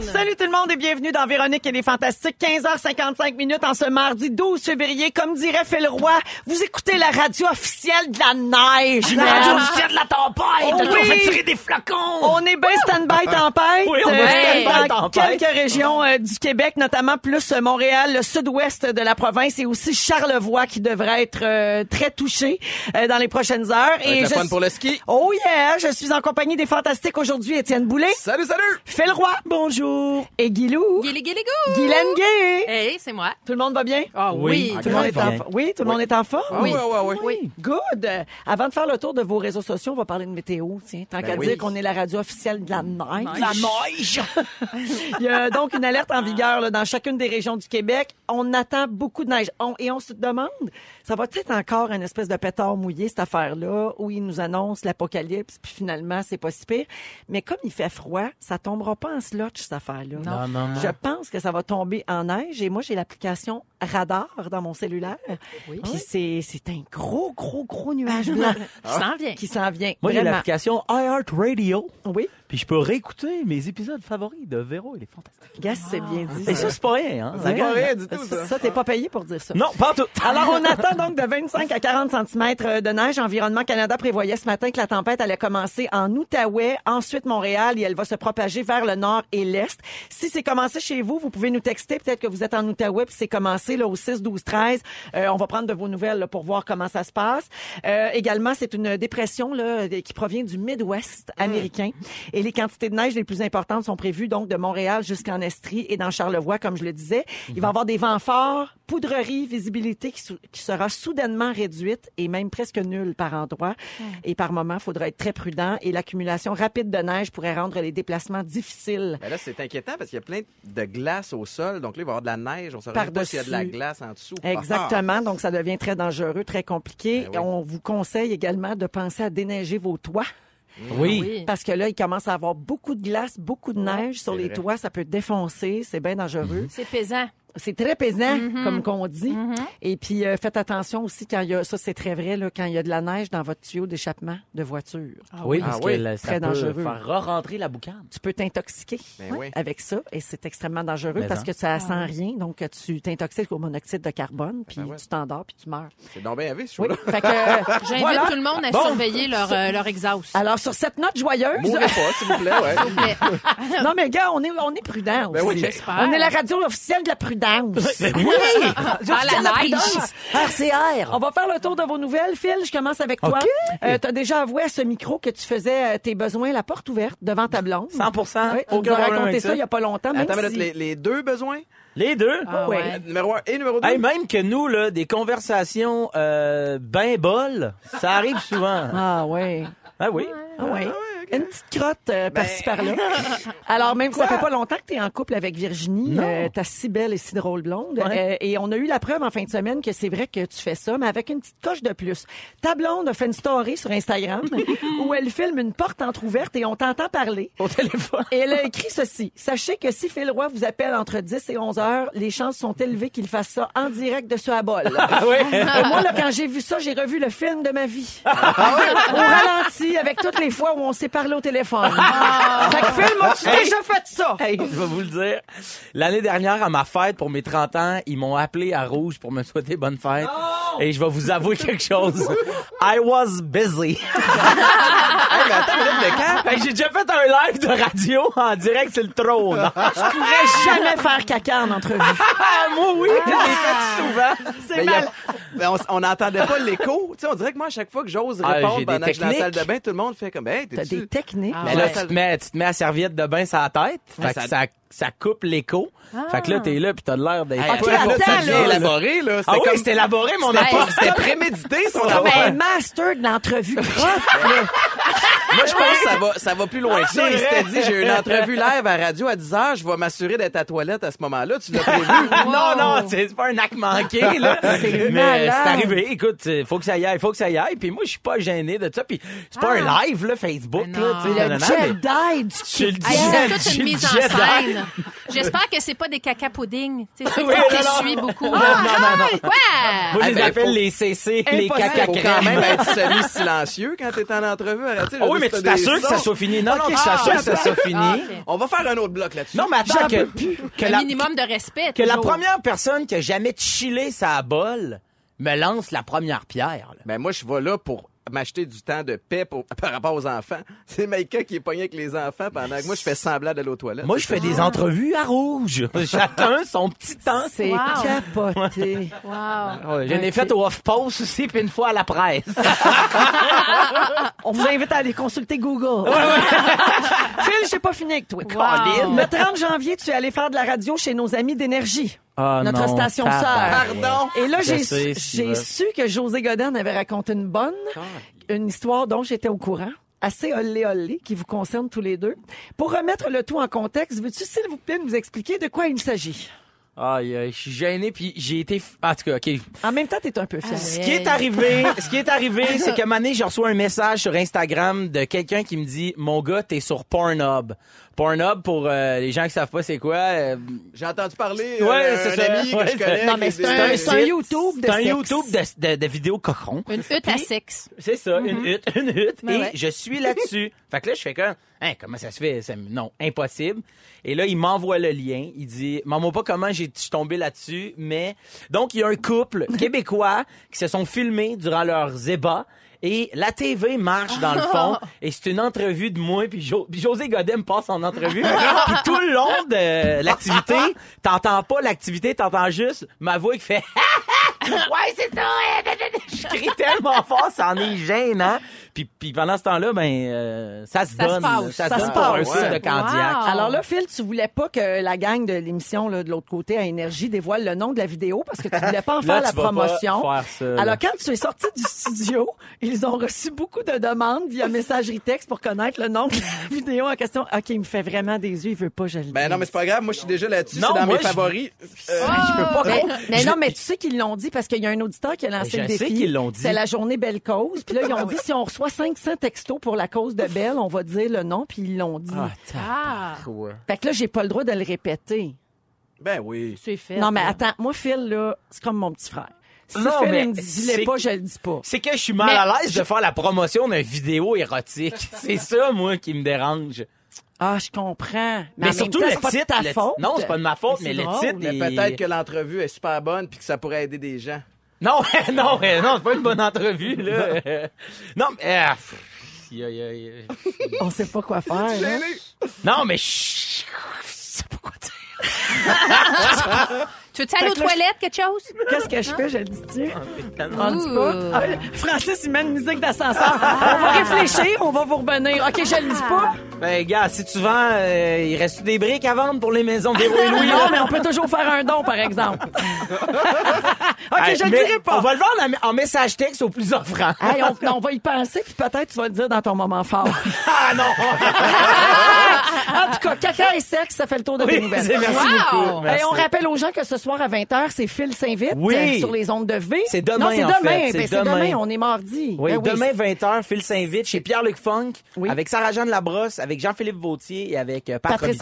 Salut tout le monde et bienvenue dans Véronique et les Fantastiques. 15h55 minutes en ce mardi 12 février. Comme dirait Phil Roy, vous écoutez la radio officielle de la neige. La radio officielle de la tempête! Oh on oui. fait tirer des flacons! On est bien stand-by tempête. euh, Oui, on est stand-by dans tempête. quelques régions euh, du Québec, notamment plus euh, Montréal, le sud-ouest de la province et aussi Charlevoix qui devrait être euh, très touché euh, dans les prochaines heures. Avec et la je fun suis- pour le ski. Oh yeah! Je suis en compagnie des Fantastiques aujourd'hui, Étienne Boulay. Salut, salut! Phil Roy. Bonjour. Et Guilou. Guili guili gou! Guylaine Gay. Hey, c'est moi. Tout le monde va bien? Ah oui. Tout le monde est en bien. fo- Oui, tout le monde est en forme. Oui, oui, oui. Oui. Good. Euh, Avant de faire le tour de vos réseaux sociaux, on va parler de météo. Tiens, tant qu'à oui. dire qu'on est la radio officielle de la neige. La neige! Il y a donc une alerte en vigueur là, dans chacune des régions du Québec. On attend beaucoup de neige. On- et on se demande, ça va être encore une espèce de pétard mouillé, cette affaire-là, où ils nous annoncent l'apocalypse, puis finalement, c'est pas si pire. Mais comme il fait froid, ça tombera pas en slotch, cette affaire-là. Non. non, Je pense que ça va tomber en neige et moi j'ai l'application Radar dans mon cellulaire. Oui. Puis c'est c'est un gros gros gros nuage blanc Je s'en viens. qui s'en vient. Moi, j'ai Vraiment. l'application iHeartRadio, Oui, puis je peux réécouter mes épisodes favoris de Véro et les Fantastiques. Gas, c'est bien Ah. dit. Et ça, c'est pas rien, hein? Ouais. Ça gagne. du tout, Ça, ça, t'es pas payé pour dire ça. Non, pas en tout. Alors, on attend donc de 25 à 40 cm de neige. Environnement Canada prévoyait ce matin que la tempête allait commencer en Outaouais, ensuite Montréal, et elle va se propager vers le nord et l'est. Si c'est commencé chez vous, vous pouvez nous texter. Peut-être que vous êtes en Outaouais, puis c'est commencé là, au 6, 12, 13. Euh, on va prendre de vos nouvelles là, pour voir comment ça se passe. Euh, également, c'est une dépression là, euh, qui provient du Midwest américain. Et les quantités de neige les plus importantes sont prévues donc de Montréal jusqu'en Estrie et dans Charlevoix, comme je le disais. Il va y avoir des vents forts, poudrerie, visibilité qui, sou- qui sera soudainement réduite et même presque nulle par endroit. Et par moment, il faudra être très prudent. Et l'accumulation rapide de neige pourrait rendre les déplacements difficiles. Mais Ben là, c'est inquiétant parce qu'il y a plein de glace au sol. Donc là, il va y avoir de la neige. On ne saura pas s'il Par-dessus. y a de la glace en dessous. Exactement. Donc, ça devient très dangereux, très compliqué. Ah, Ben oui. Et On vous conseille également de penser à déneiger vos toits. Oui. Oui. Parce que là, il commence à avoir beaucoup de glace, beaucoup de neige sur c'est les vrai. toits. Ça peut défoncer. C'est bien dangereux. C'est pesant. C'est très pesant, comme qu'on dit. Et puis, euh, faites attention aussi quand il y a, ça c'est très vrai, là, quand il y a de la neige dans votre tuyau d'échappement de voiture. Oui, Ah parce que oui. là, ça Très peut dangereux. faire re-rentrer la boucane. Tu peux t'intoxiquer Ben oui. avec ça et c'est extrêmement dangereux Mais parce hein. que ça sent rien. Donc, tu t'intoxiques au monoxyde de Ben carbone, puis ouais. tu t'endors, puis tu meurs. C'est donc bien avis, je Oui. là Fait que, euh, J'invite voilà. tout le monde à surveiller leur, euh, leur exhaust. Ah. Alors, sur cette note joyeuse, Mourrez pas, s'il vous plaît, ouais. Mais- non mais gars, on est, on est prudent Ben aussi. oui. on est la radio officielle de la prudence. Ah, la neige. RCR. On va faire le tour de vos nouvelles. Phil, je commence avec toi. Euh, tu as déjà avoué à ce micro que tu faisais euh, tes besoins à la porte ouverte devant ta blonde. 100%. Oui, tu aucun nous as problème raconté avec ça il n'y a pas longtemps. même Attends, mais là, si- les, les deux besoins, Euh, Les deux. Ah Oui. ouais. numéro un et numéro deux. Hey, même que nous, là, des conversations euh, ben bol, ça arrive souvent. Ah ouais. Ah oui. Ah ouais. Une petite crotte euh, par-ci par-là. Alors même si ça fait pas longtemps que tu es en couple avec Virginie, Non. euh, ta si belle et si drôle blonde Ouais. euh, et on a eu la preuve en fin de semaine que c'est vrai que tu fais ça mais avec une petite coche de plus. Ta blonde a fait une story sur Instagram où elle filme une porte entrouverte et on t'entend parler. Au téléphone. Et elle a écrit ceci. Sachez que si Phil Roy vous appelle entre 10 et 11 heures, les chances sont élevées qu'il fasse ça en direct de ce à bol. Ah oui. Et moi, là, quand j'ai vu ça, j'ai revu le film de ma vie. Ah Ah Au ralenti, avec toutes les fois où on s'est parlé au téléphone. Ah, Fait que Phil, moi, tu Hey. déjà fait ça? Hey, je vais vous le dire. L'année dernière, à ma fête, pour mes 30 ans, ils m'ont appelé à Rouge pour me souhaiter bonne fête. Et je vais vous avouer quelque chose. I was busy. Hey, mais attends, mais là, mais quand? Hey, J'ai déjà fait un live de radio en direct sur le trône. ah, Je pourrais jamais faire caca en entrevue. Ah, moi, oui, je l'ai fait souvent. C'est Mais il y a- mal. mais on- on n'entendait pas l'écho. Tu sais, on dirait que moi, à chaque fois que j'ose Ah, répondre j'ai des pendant que je suis dans la salle techniques. de bain, tout le monde fait comme, hey, T'as t'es-tu... des techniques. Ah Mais ouais. là, tu te, mets, tu te mets la serviette de bain sur la tête. Ouais, Fait que ça- ça, ça coupe l'écho. Fait que là, t'es là, puis t'as l'air d'être... Hey, Ok, là, attends, ça devient là. élaboré, Ah, là. ah C'était oui, comme- c'était élaboré, mon C'était- apport. Ah, Ah ben, C'était prémédité, son Comme affaire. un master de l'entrevue crotte, là. Moi, je pense que ça va, ça va plus loin que ça. C'est Il vrai. s'était dit, j'ai une entrevue live à radio à 10 h je vais m'assurer d'être à toilette à ce moment-là. Tu l'as prévu. Ah, Non, non, c'est c'est pas un acte manqué, là. C'est Mais malade. c'est arrivé. Écoute, euh, faut que ça y aille, faut que ça y aille. Puis moi, je suis pas gêné de ça. Puis c'est pas Ah. un live, là, Facebook, Mais là, non. tu sais, Le nanana, mais- Jedi du C'est le Hey, Jedi, c'est toute une mise en Jedi. scène. J'espère que c'est pas des caca pudding. Tu sais, ceux Oui, qui Eh, non, non. suivent beaucoup. Non, non, non. Ouais. Moi, je Eh les ben, appelle faut- les CC, les Impossible. caca Faut quand même être semi-silencieux quand t'es en entrevue à radio. Oh oui, mais tu t'assures que ça soit fini. Non, non, tu t'assures que ça soit fini. Ah, Ok. On va faire un autre bloc là-dessus. Non, mais attends, que, que Un la, minimum de respect. que la toujours. première personne qui a jamais chillé sa bol me lance la première pierre. là. Ben moi, je vais là pour m'acheter du temps de paix pour- par rapport aux enfants. C'est Maïka qui est pognée avec les enfants pendant que moi, je fais semblant d'aller aux toilettes. Moi, je fais des entrevues à rouge. Chacun son petit temps. C'est Wow. capoté. Wow. Ouais, J'en ai fait au off-post aussi, puis une fois à la presse. On vous invite à aller consulter Google. Phil, j'ai pas fini avec toi. Wow. Le 30 janvier, tu es allé faire de la radio chez nos amis d'énergie. Ah Notre non, station tabarnak. sœur. Pardon! Et là, Je j'ai sais, su- j'ai Sylvain. su que José Godin avait raconté une bonne, une histoire dont j'étais au courant, assez olé olé, qui vous concerne tous les deux. Pour remettre le tout en contexte, veux-tu, s'il vous plaît, nous expliquer de quoi il s'agit? Aïe, aïe, je suis gêné, puis j'ai été... f- En tout cas, OK, En même temps, t'es un peu fier. Ce qui est arrivé, ce qui est arrivé, c'est que mané, je reçois un message sur Instagram de quelqu'un qui me dit "Mon gars, t'es sur Pornhub." Pornhub pour euh, les gens qui savent pas c'est quoi, euh, J'ai entendu parler Ouais, euh, c'est un ça. ami Ouais, que je c'est- connais. Non, qui mais dit- c'est un- Euh, c'est un YouTube de c'est un sexe. YouTube de, de, de vidéos cocons. Une hutte à sexe. C'est ça, une hutte, une hutte. Ouais, et ouais. je suis là-dessus. fait que là, je fais comme, hein, comment ça se fait? Ça me- non, impossible. Et là, il m'envoie le lien. Il dit, maman, pas comment j'ai je suis tombé là-dessus, mais. Donc, il y a un couple québécois qui se sont filmés durant leurs ébats. Et la TV marche dans le fond et c'est une entrevue de moi puis, Jo- puis José Godet me passe en entrevue puis tout le long de l'activité t'entends pas l'activité t'entends juste ma voix qui fait Ouais, c'est ça! hein. Je crie tellement fort, ça en est gênant. Puis, puis pendant ce temps-là, ben, euh, ça se Ça se donne. passe. Ça se Ça donne se pour un passe. site de Candiac. Wow. Alors là, Phil, tu voulais pas que la gang de l'émission là, de l'autre côté à Énergie dévoile le nom de la vidéo parce que tu voulais pas en faire Là, la tu vas pas promotion. faire ça, là. Alors quand tu es sorti du studio, ils ont reçu beaucoup de demandes via messagerie texte pour connaître le nom de la vidéo en question. OK, il me fait vraiment des yeux, il veut pas, que je le Ben non, mais dise. c'est pas grave. Moi, je suis déjà là-dessus. Non, C'est dans moi, mes je- favoris. Euh, Oh. Je peux pas Mais, gros- Ah! mais je- non, mais tu sais qu'ils l'ont dit parce qu'il y a un auditeur qui a lancé le Je sais défi. qu'ils l'ont dit. C'est la journée Belle Cause. Puis là, ils ont dit si on reçoit 500 textos pour la cause de Belle, on va dire le nom, puis ils l'ont dit. Ah, ta- Ah, Fait que là, j'ai pas le droit de le répéter. Ben oui. tu es fait. Non, mais attends, moi, Phil, là, c'est comme mon petit frère. Si Non, Phil, mais il me dit, je l'ai c'est- pas, je le dis pas. C'est que je suis mal Mais à l'aise de faire la promotion d'une vidéo érotique. C'est ça, moi, qui me dérange. Ah, je comprends. Mais, en surtout même temps, le c'est pas de titre. ta le- faute. Non, c'est pas de ma faute, Mais mais, le c'est drôle. titre. Mais est- peut-être que l'entrevue est super bonne puis que ça pourrait aider des gens. Non, non, non, c'est pas une bonne entrevue, là. Euh, non, mais. euh, pff, y a- y a- y a- On sait pas quoi faire. hein. Non, mais. chut, Je sais pas quoi dire. Tu veux-tu aller aux que là, je- toilettes, quelque chose? Qu'est-ce que je fais? Je le dis-tu? On le dit Ouh. pas. Ah, Francis, il met une musique d'ascenseur. on va réfléchir, on va vous revenir. OK, je le dis pas. Ben, gars, si tu vends, euh, il reste des briques à vendre pour les maisons des Louis Louis. Non, mais on peut toujours faire un don, par exemple. OK, je le dirai pas. On va le vendre en, en message texte au plus offrant. Hey, on, on va y penser, puis peut-être tu vas le dire dans ton moment fort. Ah non! en tout cas, caca et sexe, ça fait le tour de tes Oui, nouvelles. c'est- merci Wow! beaucoup. Et merci. on rappelle aux gens que ce soir à 20h, c'est Phil s'invite Oui. euh, sur les ondes de V. C'est demain, Non, c'est en demain. Ben, fait. C'est c'est demain. demain. On est mardi. Oui, Ben demain 20h, Phil s'invite chez Pierre-Luc Funk, Oui. avec Sarah-Jeanne Labrosse, avec Jean-Philippe Vautier et avec euh, Pat Patrice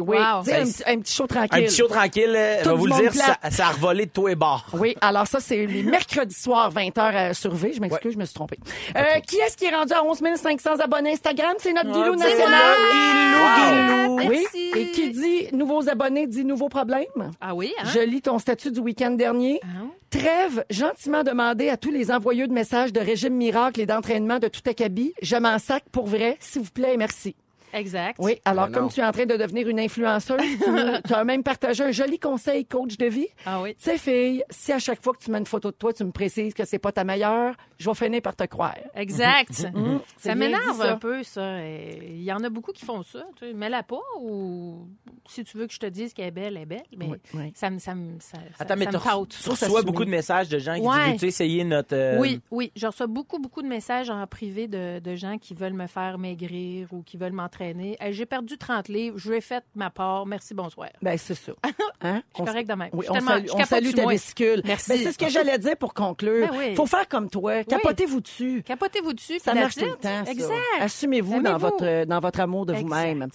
Robitaille. Oui. Wow. Tu sais, Un, petit- un petit show Un tranquille. petit show tranquille, euh, je Tout vais du vous le monde dire, plat. ça, ça a revolé de tous les bords. Oui, alors ça, c'est les mercredis soirs, 20h à sur V. Je m'excuse, je me suis trompée. Euh, qui est-ce qui est rendu à 11 500 abonnés Instagram? C'est notre Guilou national. Guilou, guilou. Oui. Et qui dit nouveaux abonnés dit nouveaux problèmes? Ah oui, hein? Je lis ton statut du week-end dernier. Hein? Trêve, gentiment demandé à tous les envoyeux de messages de régime miracle et d'entraînement de tout acabit. Je m'en sac pour vrai, s'il vous plaît et merci. Exact. Oui, alors Ben comme non. tu es en train de devenir une influenceuse, tu, tu as même partagé un joli conseil coach de vie. Ah oui. Tu sais, fille, si à chaque fois que tu mets une photo de toi, tu me précises que c'est pas ta meilleure, je vais finir par te croire. Exact. C'est Mmh. Ça bien dit, m'énerve ça. un peu, ça. Et Il y en a beaucoup qui font ça. Tu sais, mets-la pas ou si tu veux que je te dise qu'elle est belle, elle est belle. Mais Oui, oui. ça me ça me ça, ça- Attends, mais ça tu me tâte. tu reçois beaucoup de messages de gens qui Ouais. disent Veux-tu essayer notre. euh, Oui, oui. Je reçois beaucoup, beaucoup de messages en privé de, de gens qui veulent me faire maigrir ou qui veulent m'entraîner. Hey, J'ai perdu 30 livres, je vais fait ma part. Merci, bonsoir. Ben c'est ça. Hein? Je suis correcte de même. Oui, Je suis on tellement- salue, je on capote salue sur ta moi. vésicule. Merci. Ben, c'est ce que j'allais dire pour conclure. Ben oui. Faut faire comme toi. Capotez-vous dessus. Capotez-vous dessus. Ça puis marche tout that's le it. temps. ça. Ah, Exact. Assumez-vous dans Aimez-vous. votre, euh, dans votre amour de Exact. vous-même.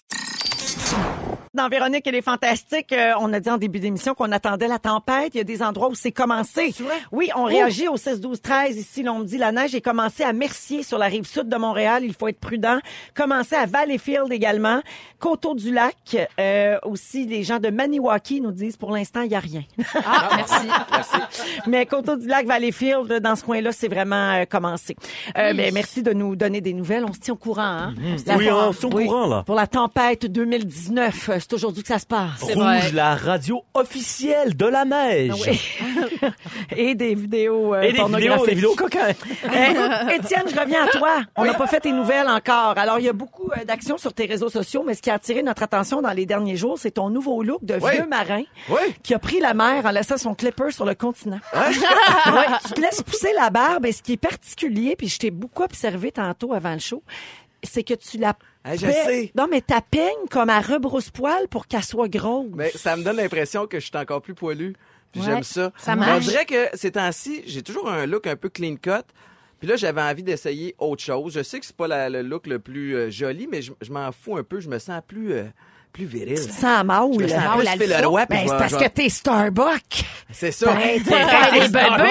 Dans Véronique, elle est fantastique. euh, on a dit en début d'émission qu'on attendait la tempête. Il y a des endroits où c'est commencé. Oui, on réagit au 16, 12, 13. Ici, l'on me dit la neige est commencée à Mercier sur la rive sud de Montréal. Il faut être prudent. Commencé à Valleyfield également. Coteau du Lac. euh, aussi, les gens de Maniwaki nous disent pour l'instant, il n'y a rien. Ah, merci. Mais Coteau du Lac, Valleyfield, dans ce coin-là, c'est vraiment euh, commencé. Euh, ben, merci de nous donner des nouvelles. On se tient au courant. Hein? Mm-hmm. La- Oui, on se tient au oui, courant, là. Pour la tempête 2019, euh, c'est Ah aujourd'hui que ça se passe. Rouge, vrai. la radio officielle de la neige. Et des vidéos euh, Et des vidéos, pornographiques. des vidéos coquins. Eh, écoute, Étienne, je reviens à toi. On n'a pas fait tes nouvelles encore. Alors, il y a beaucoup euh, d'actions sur tes réseaux sociaux, mais ce qui a attiré notre attention dans les derniers jours, c'est ton nouveau look de Oui. vieux marin Oui. qui a pris la mer en laissant son clipper sur le continent. Hein? Ouais, tu te laisses pousser la barbe et ce qui est particulier, puis je t'ai beaucoup observé tantôt avant le show, c'est que tu la... Ah, je pe- sais. Non, mais t'as peigne comme à rebrousse-poil pour qu'elle soit grosse. Mais ça me donne l'impression que je suis encore plus poilu. Puis Ouais, j'aime ça. ça Mais marche. On dirait que ces temps-ci, j'ai toujours un look un peu clean cut. Puis là, j'avais envie d'essayer autre chose. Je sais que c'est pas la- le look le plus euh, joli, mais je, je m'en fous un peu. Je me sens plus, euh, plus viril. Sans maule. Je me sens plus l'alpha. Phil le roi. puis Ben, je c'est vais- parce je que vais- t'es Starbucks. C'est ça. Ben, des Eh Ben bébés.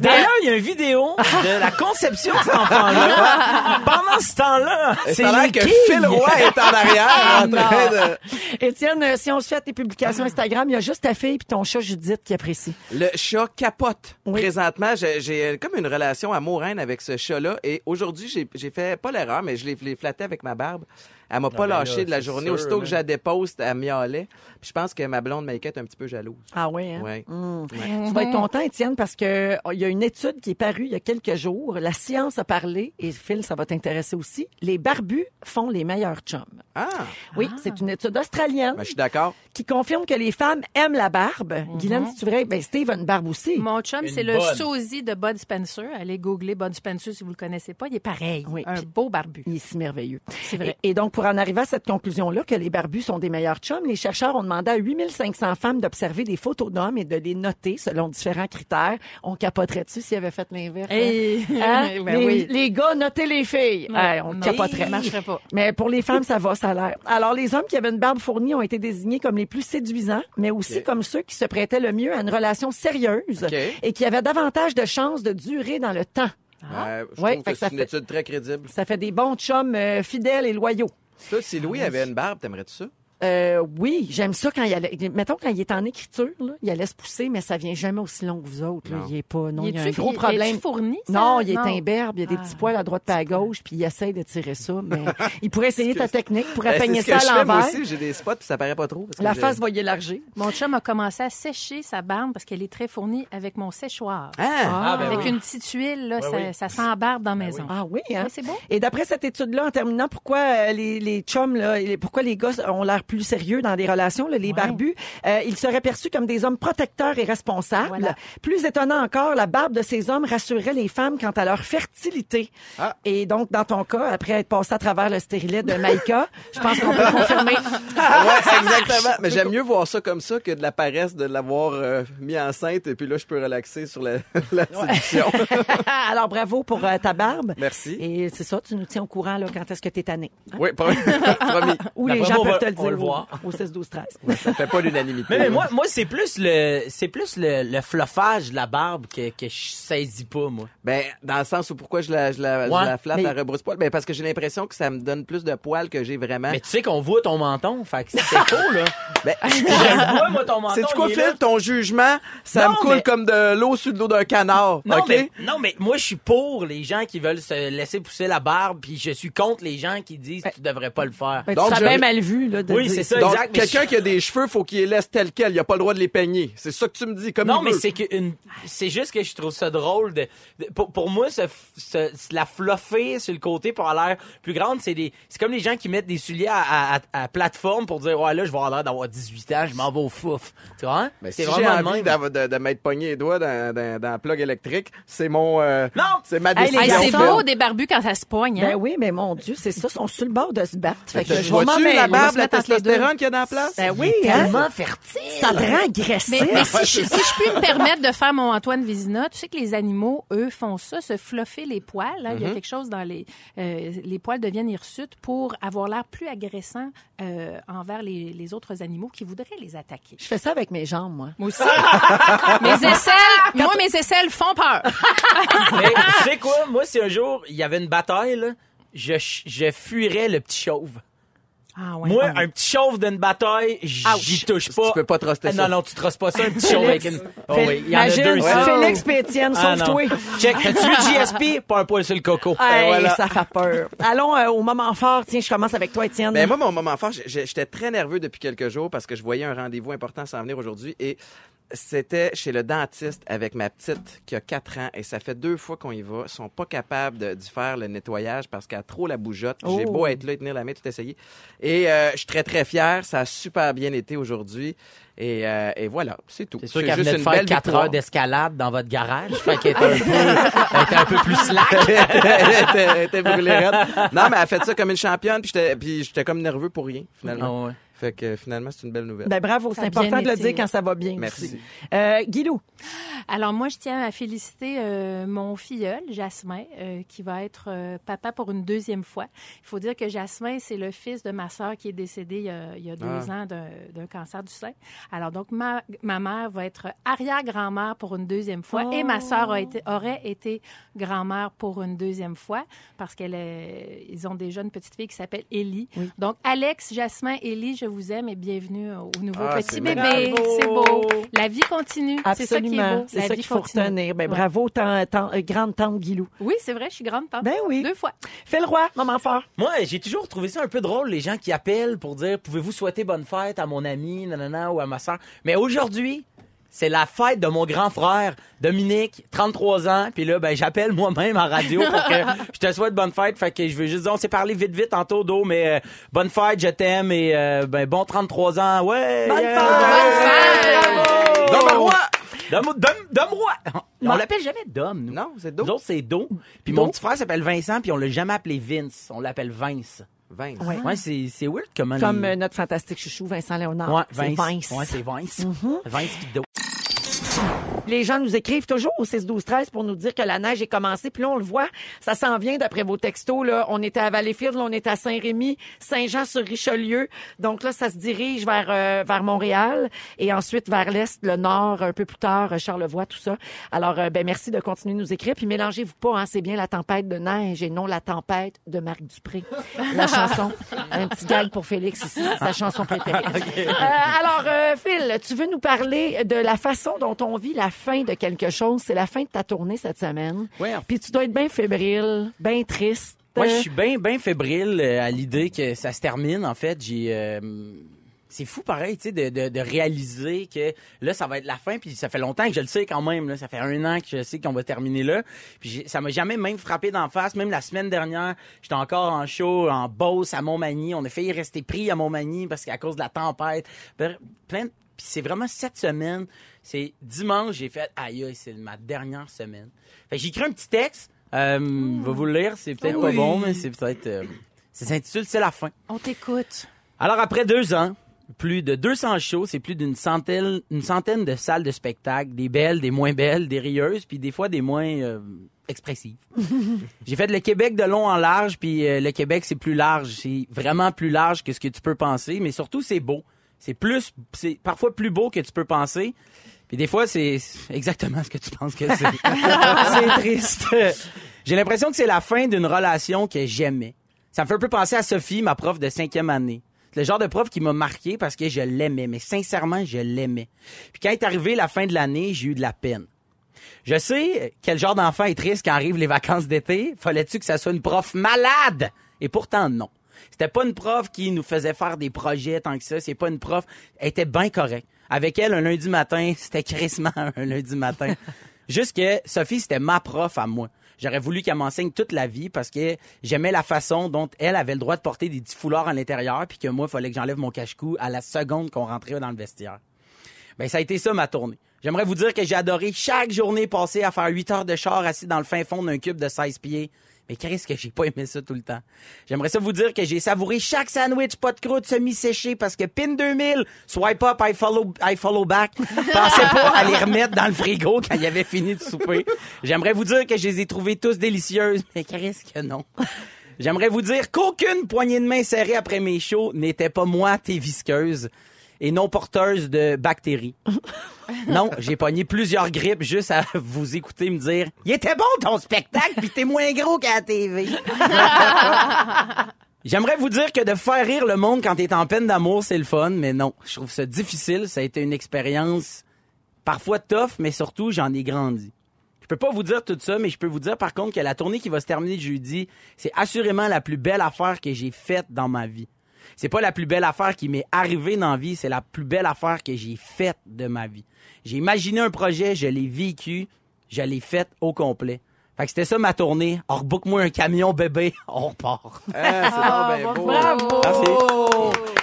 D'ailleurs, il y a une vidéo de la conception de cet enfant-là. Pendant ce temps-là, c'est Ça a l'air les que quilles. Phil Roy est en arrière Ah, en train de... Étienne, euh, si on se fait à tes publications Ah. Instagram, il y a juste ta fille puis ton chat Judith qui apprécie. Le chat capote. Oui. Présentement, j'ai- j'ai comme une relation amoureuse avec ce chat-là. Et aujourd'hui, j'ai j'ai fait pas l'erreur, mais je l'ai- je l'ai flatté avec ma barbe. Elle m'a pas ben lâché là, de la c'est journée. sûr, Aussitôt là. que je la dépose, elle miaulait. Puis je pense que ma blonde Maïka est un petit peu jalouse. Ah oui, hein? Ouais. Mm. Tu vas être Mhm. content, Étienne, parce que oh, il y a une étude qui est parue il y a quelques jours. La science a parlé, et Phil, ça va t'intéresser aussi. Les barbus font les meilleurs chums. Ah! Oui, c'est une étude australienne Ben, je suis d'accord. qui confirme que les femmes aiment la barbe. Guylaine, si tu verrais, ben Steve a une barbe aussi. Mhm. Mon chum, Une c'est bonne. le sosie de Bud Spencer. Allez googler Bud Spencer si vous le connaissez pas. Il est pareil. Oui. Un beau barbu. Il est si merveilleux. C'est vrai. Et, et donc, pour en arriver à cette conclusion-là, que les barbus sont des meilleurs chums, les chercheurs ont demandé à 8500 femmes d'observer des photos d'hommes et de les noter selon différents critères. On capoterait-tu s'ils avaient fait l'inverse? Hey. hein? Hein? Ben les, oui. les gars, notez les filles. Non, Hey, Ah, on non, capoterait. ça marcherait pas. Mais pour les femmes, ça va, ça a l'air. Alors, les hommes qui avaient une barbe fournie ont été désignés comme les plus séduisants, mais aussi Ok. comme ceux qui se prêtaient le mieux à une relation sérieuse Ok. et qui avaient davantage de chances de durer dans le temps. Ouais, Euh, je Ah. Ouais, trouve fait que que ça c'est une fait- étude très crédible. Ça fait des bons chums euh, fidèles et loyaux. Toi, si Louis avait une barbe, t'aimerais-tu ça? Euh, oui, j'aime ça quand il allait. Mettons quand il est en écriture, là, il la laisse pousser, mais ça vient jamais aussi long que vous autres. là. Non. Il est pas. Non, il y a un est-tu- gros il- problème. est-tu fourni, ça? non, il est imberbe, il y a des Ah. petits poils à droite et à gauche, puis il essaie de tirer ça, mais il pourrait essayer ta technique, il pourrait Ben, peigner c'est ce que ça je à fais moi l'envers. aussi. J'ai des spots, puis ça paraît pas trop. parce que La j'ai- face va y élargir. Mon chum a commencé à sécher sa barbe parce qu'elle est très fournie avec mon séchoir. Ah! Ah, ben avec oui. une petite huile, là, ça, oui. ça sent la barbe dans la maison. Ah Ben oui, hein? Oui, c'est beau. Et d'après cette étude-là, en terminant, pourquoi euh, les, les chums, là, et les- pourquoi les gosses ont l'air plus sérieux dans des relations, là, les barbus, euh, ils seraient perçus comme des hommes protecteurs et responsables. Voilà. Plus étonnant encore, la barbe de ces hommes rassurait les femmes quant à leur fertilité. Ah. Et donc, dans ton cas, après être passé à travers le stérilet de Maïka, je pense qu'on peut confirmer. Ouais, exactement. Mais j'aime mieux voir ça comme ça que de la paresse de l'avoir euh, mis enceinte et puis là, je peux relaxer sur la, la séduction. Alors, bravo pour euh, ta barbe. Merci. Et c'est ça, tu nous tiens au courant là, quand est-ce que t'es tanné. Oui, promis. promis. Ou D'après les gens moi, on peuvent va- te le Ah. On dire le le voir. Au 16, 12, 13. Ça fait pas l'unanimité. Mais, mais moi, moi c'est plus le c'est plus le, le fluffage de la barbe que, que je saisis pas, moi. Ben, dans le sens où pourquoi je la, je la, je Ouais, la flatte mais- à rebrousse-poil? Ben, parce que j'ai l'impression que ça me donne plus de poils que j'ai vraiment. Mais tu sais qu'on voit ton menton, fait que c'est faux, là. Ben, Je vois, moi, ton menton. C'est quoi, il est Phil? là. Ton jugement, ça Non, me coule mais- comme de l'eau sur le dos d'un canard. Non, OK? mais, non, mais moi, je suis pour les gens qui veulent se laisser pousser la barbe, puis je suis contre les gens qui disent tu devrais pas le faire. Ben, Donc, tu serais je- bien mal vu. Là, de Oui, dire c'est ça, Donc, exact. mais quelqu'un je- qui a des cheveux, faut qu'il les laisse tels quels. Il a pas le droit de les peigner. C'est ça que tu me dis, comme Non, il mais veut. c'est que une... c'est juste que je trouve ça drôle de, de- pour, pour moi ce, ce- ce- la fluffer sur le côté pour avoir l'air plus grande, c'est des c'est comme les gens qui mettent des souliers à, à- à plateforme pour dire ouais là je vais avoir l'air d'avoir 18 ans, je m'en vais au fouf. Tu vois hein? Ben, C'est si j'ai vraiment le envie même. d'av- de, de m'être pogné les doigts dans, dans, dans la plug électrique, c'est mon... euh, Non! C'est ma Hey, les décision. Hey, c'est Phil. beau des barbus quand ça se poigne. Ben Hein? oui, mais mon Dieu, c'est ça. Ils sont sur le bord de se battre. Fait que Tu je vais m'en vois-tu mêler. la On va barbe, se la mettre entre les deux. testostérone qu'il y a dans la place? Ben oui, hein? tellement fertile. Ça te rend Mais, agressif. mais si, je, si je puis me permettre de faire mon Antoine Vézina, tu sais que les animaux, eux, font ça, se fluffer les poils. hein. Il y a quelque chose dans les... euh, les poils deviennent hirsutes pour avoir l'air plus agressant euh, envers les, les autres animaux qui voudraient les attaquer. Je fais ça avec mes jambes, moi. Moi aussi. mes aisselles, moi, mes aisselles font peur. Mais tu sais quoi, moi si un jour il y avait une bataille, là, je ch- je fuirais le petit chauve. Ah ouais. Moi, Ah ouais. un petit chauve d'une bataille, j'y Ouch. touche pas. Tu peux pas truster Ah, ça. Non, non, tu trosses pas ça, un petit chauve avec une. Oh Fé- oui, il y en a Imagine, deux. ça. Félix et Étienne, Ah, sauve-toi. non. Check, t'as-tu vu GSP? Pas un poil sur le coco. Hey, Ben voilà. ça fait peur. Allons euh, au moment fort. Tiens, je commence avec toi, Étienne. Ben Mais Ben, moi, mon moment fort, j'ai- j'ai- j'étais très nerveux depuis quelques jours parce que je voyais un rendez-vous important s'en venir aujourd'hui et c'était chez le dentiste avec ma petite qui a 4 ans et ça fait deux fois qu'on y va. Ils sont pas capables de, d'y faire le nettoyage parce qu'elle a trop la bougeotte. J'ai Oh. beau être là et tenir la main, tout essayer. Et euh, je suis très, très fier. Ça a super bien été aujourd'hui. Et, euh, et voilà, c'est tout. C'est sûr juste qu'elle venait de une faire belle 4 victoire. heures d'escalade dans votre garage. Fait qu'elle était un peu, elle était un peu plus slack. Elle était- elle était brûlée raide. Non, mais elle a fait ça comme une championne, puis j'étais- puis j'étais comme nerveux pour rien, finalement. Ah ouais. Fait que finalement, c'est une belle nouvelle. Ben, bravo, Ça c'est a bien important de le été. dire quand ça va bien. Merci. aussi. Euh, Guilou, Alors moi, je tiens à féliciter euh, mon filleul, Jasmin, euh, qui va être euh, papa pour une deuxième fois. Il faut dire que Jasmin, c'est le fils de ma sœur qui est décédée il y a, il y a deux Ah. ans d'un d'un cancer du sein. Alors donc, ma, ma mère va être arrière-grand-mère pour une deuxième fois et ma sœur a Oh. été- aurait été grand-mère pour une deuxième fois parce qu'elle est- ils ont déjà une petite fille qui s'appelle Ellie. Donc, Alex, Jasmin, Ellie, je vous aime et bienvenue au nouveau Ah, petit c'est bébé. magnifique. C'est beau. Bravo. La vie continue. C'est ça qui est absolument. beau. C'est La ça vie qu'il faut continue. retenir. Ben, Ouais. bravo, tant- tant- euh, grande tante Guilou. Oui, c'est vrai, je suis grande tante. Ben oui. Deux fois. Fais le roi, moment fort. Moi, j'ai toujours trouvé ça un peu drôle, les gens qui appellent pour dire pouvez-vous souhaiter bonne fête à mon ami, nanana, ou à ma soeur. Mais aujourd'hui, c'est la fête de mon grand frère, Dominique, 33 ans. Puis là, ben, j'appelle moi-même en radio pour que je te souhaite bonne fête. Fait que je veux juste dire, on s'est parlé vite, vite en taux d'eau, mais euh, bonne fête, je t'aime et euh, ben, bon 33 ans. Ouais! Bonne yeah, fête! bravo! Dom Roy! Dom, Dom- Dom Roy! On l'appelle jamais Dom, nous. Non, c'est Nous d'autres. autres, c'est Do. Puis Do. mon petit frère s'appelle Vincent, puis on l'a jamais appelé Vince. On l'appelle Vince. Vince. Ouais. Ouais, c'est, c'est weird comment. Comme les- euh, notre fantastique chouchou, Vincent Léonard. ouais, C'est Vince. Vince. Mm-hmm. Euh. Ouais, c'est Vince. Vince pis Do. Les gens nous écrivent toujours au 6 12 13 pour nous dire que la neige est commencée. Puis là, on le voit, ça s'en vient d'après vos textos. Là, on était à Valleyfield, là, on est à Saint-Rémy, Saint-Jean-sur-Richelieu. Donc là, ça se dirige vers euh, vers Montréal et ensuite vers l'est, le nord, un peu plus tard, euh, Charlevoix, tout ça. Alors, euh, ben merci de continuer de nous écrire. Puis mélangez-vous pas, hein, c'est bien la tempête de neige et non la tempête de Marc Dupré. La chanson, un petit gag pour Félix ici, c'est sa chanson préférée. Euh, alors, euh, Phil, tu veux nous parler de la façon dont on vit la fin de quelque chose. C'est la fin de ta tournée cette semaine. Ouais. Puis tu dois être bien fébrile, bien triste. Moi, je suis bien, bien fébrile euh, à l'idée que ça se termine. En fait, j'ai. euh, c'est fou, pareil, tu sais, de, de, de réaliser que là, ça va être la fin. Puis ça fait longtemps que je le sais quand même. Là, ça fait un an que je sais qu'on va terminer là. Puis j'ai- ça m'a jamais même frappé d'en face. Même la semaine dernière, j'étais encore en show en Beauce à Montmagny. On a failli rester pris à Montmagny parce qu'à cause de la tempête. Pe- Plein de- Puis c'est vraiment cette semaine. C'est dimanche, j'ai fait aïe, aïe, c'est ma dernière semaine. Fait que j'ai écrit un petit texte. Euh, Va vous le lire, c'est peut-être pas bon, mais c'est peut-être. euh, c'est s'intitule C'est la fin. On t'écoute. Alors après deux ans, plus de 200 shows, c'est plus d'une centaine, une centaine de salles de spectacle, des belles, des moins belles, des rieuses, puis des fois des moins euh, expressives. J'ai fait le Québec de long en large, puis euh, le Québec c'est plus large, c'est vraiment plus large que ce que tu peux penser, mais surtout c'est beau. C'est plus, c'est parfois plus beau que tu peux penser. Puis des fois, c'est exactement ce que tu penses que c'est. c'est triste. J'ai l'impression que c'est la fin d'une relation que j'aimais. Ça me fait un peu penser à Sophie, ma prof de cinquième année. C'est le genre de prof qui m'a marqué parce que je l'aimais, mais sincèrement, je l'aimais. Puis quand est arrivée la fin de l'année, j'ai eu de la peine. Je sais quel genre d'enfant est triste quand arrivent les vacances d'été. Fallait-tu que ça soit une prof malade? Et pourtant, non. C'était pas une prof qui nous faisait faire des projets tant que ça. C'est pas une prof. Elle était bien correcte. Avec elle, un lundi matin, c'était crissement un lundi matin. Juste que Sophie, c'était ma prof à moi. J'aurais voulu qu'elle m'enseigne toute la vie parce que j'aimais la façon dont elle avait le droit de porter des petits foulards à l'intérieur puis que moi, il fallait que j'enlève mon cache-cou à la seconde qu'on rentrait dans le vestiaire. Ben, ça a été ça ma tournée. J'aimerais vous dire que j'ai adoré chaque journée passée à faire 8 heures de char assis dans le fin fond d'un cube de 16 pieds. Mais qu'est-ce que j'ai pas aimé ça tout le temps. J'aimerais ça vous dire que j'ai savouré chaque sandwich pas de croûte semi-séché parce que PIN 2000, swipe up, I follow, I follow back, pensez pas à les remettre dans le frigo quand il avait fini de souper. J'aimerais vous dire que je les ai trouvés tous délicieuses, mais qu'est-ce que non. J'aimerais vous dire qu'aucune poignée de main serrée après mes shows n'était pas moi, t'es visqueuse et non porteuse de bactéries. Non, j'ai pogné plusieurs grippes juste à vous écouter me dire « Il était bon ton spectacle, puis t'es moins gros qu'à la TV. » J'aimerais vous dire que de faire rire le monde quand t'es en peine d'amour, c'est le fun, mais non, je trouve ça difficile. Ça a été une expérience parfois tough, mais surtout, j'en ai grandi. Je peux pas vous dire tout ça, mais je peux vous dire par contre que la tournée qui va se terminer jeudi, c'est assurément la plus belle affaire que j'ai faite dans ma vie. C'est pas la plus belle affaire qui m'est arrivée dans la vie, c'est la plus belle affaire que j'ai faite de ma vie. J'ai imaginé un projet, je l'ai vécu, je l'ai fait au complet. Fait que c'était ça ma tournée. Or, book-moi un camion bébé, on repart. Ah, c'est donc ben beau. Bravo! Merci.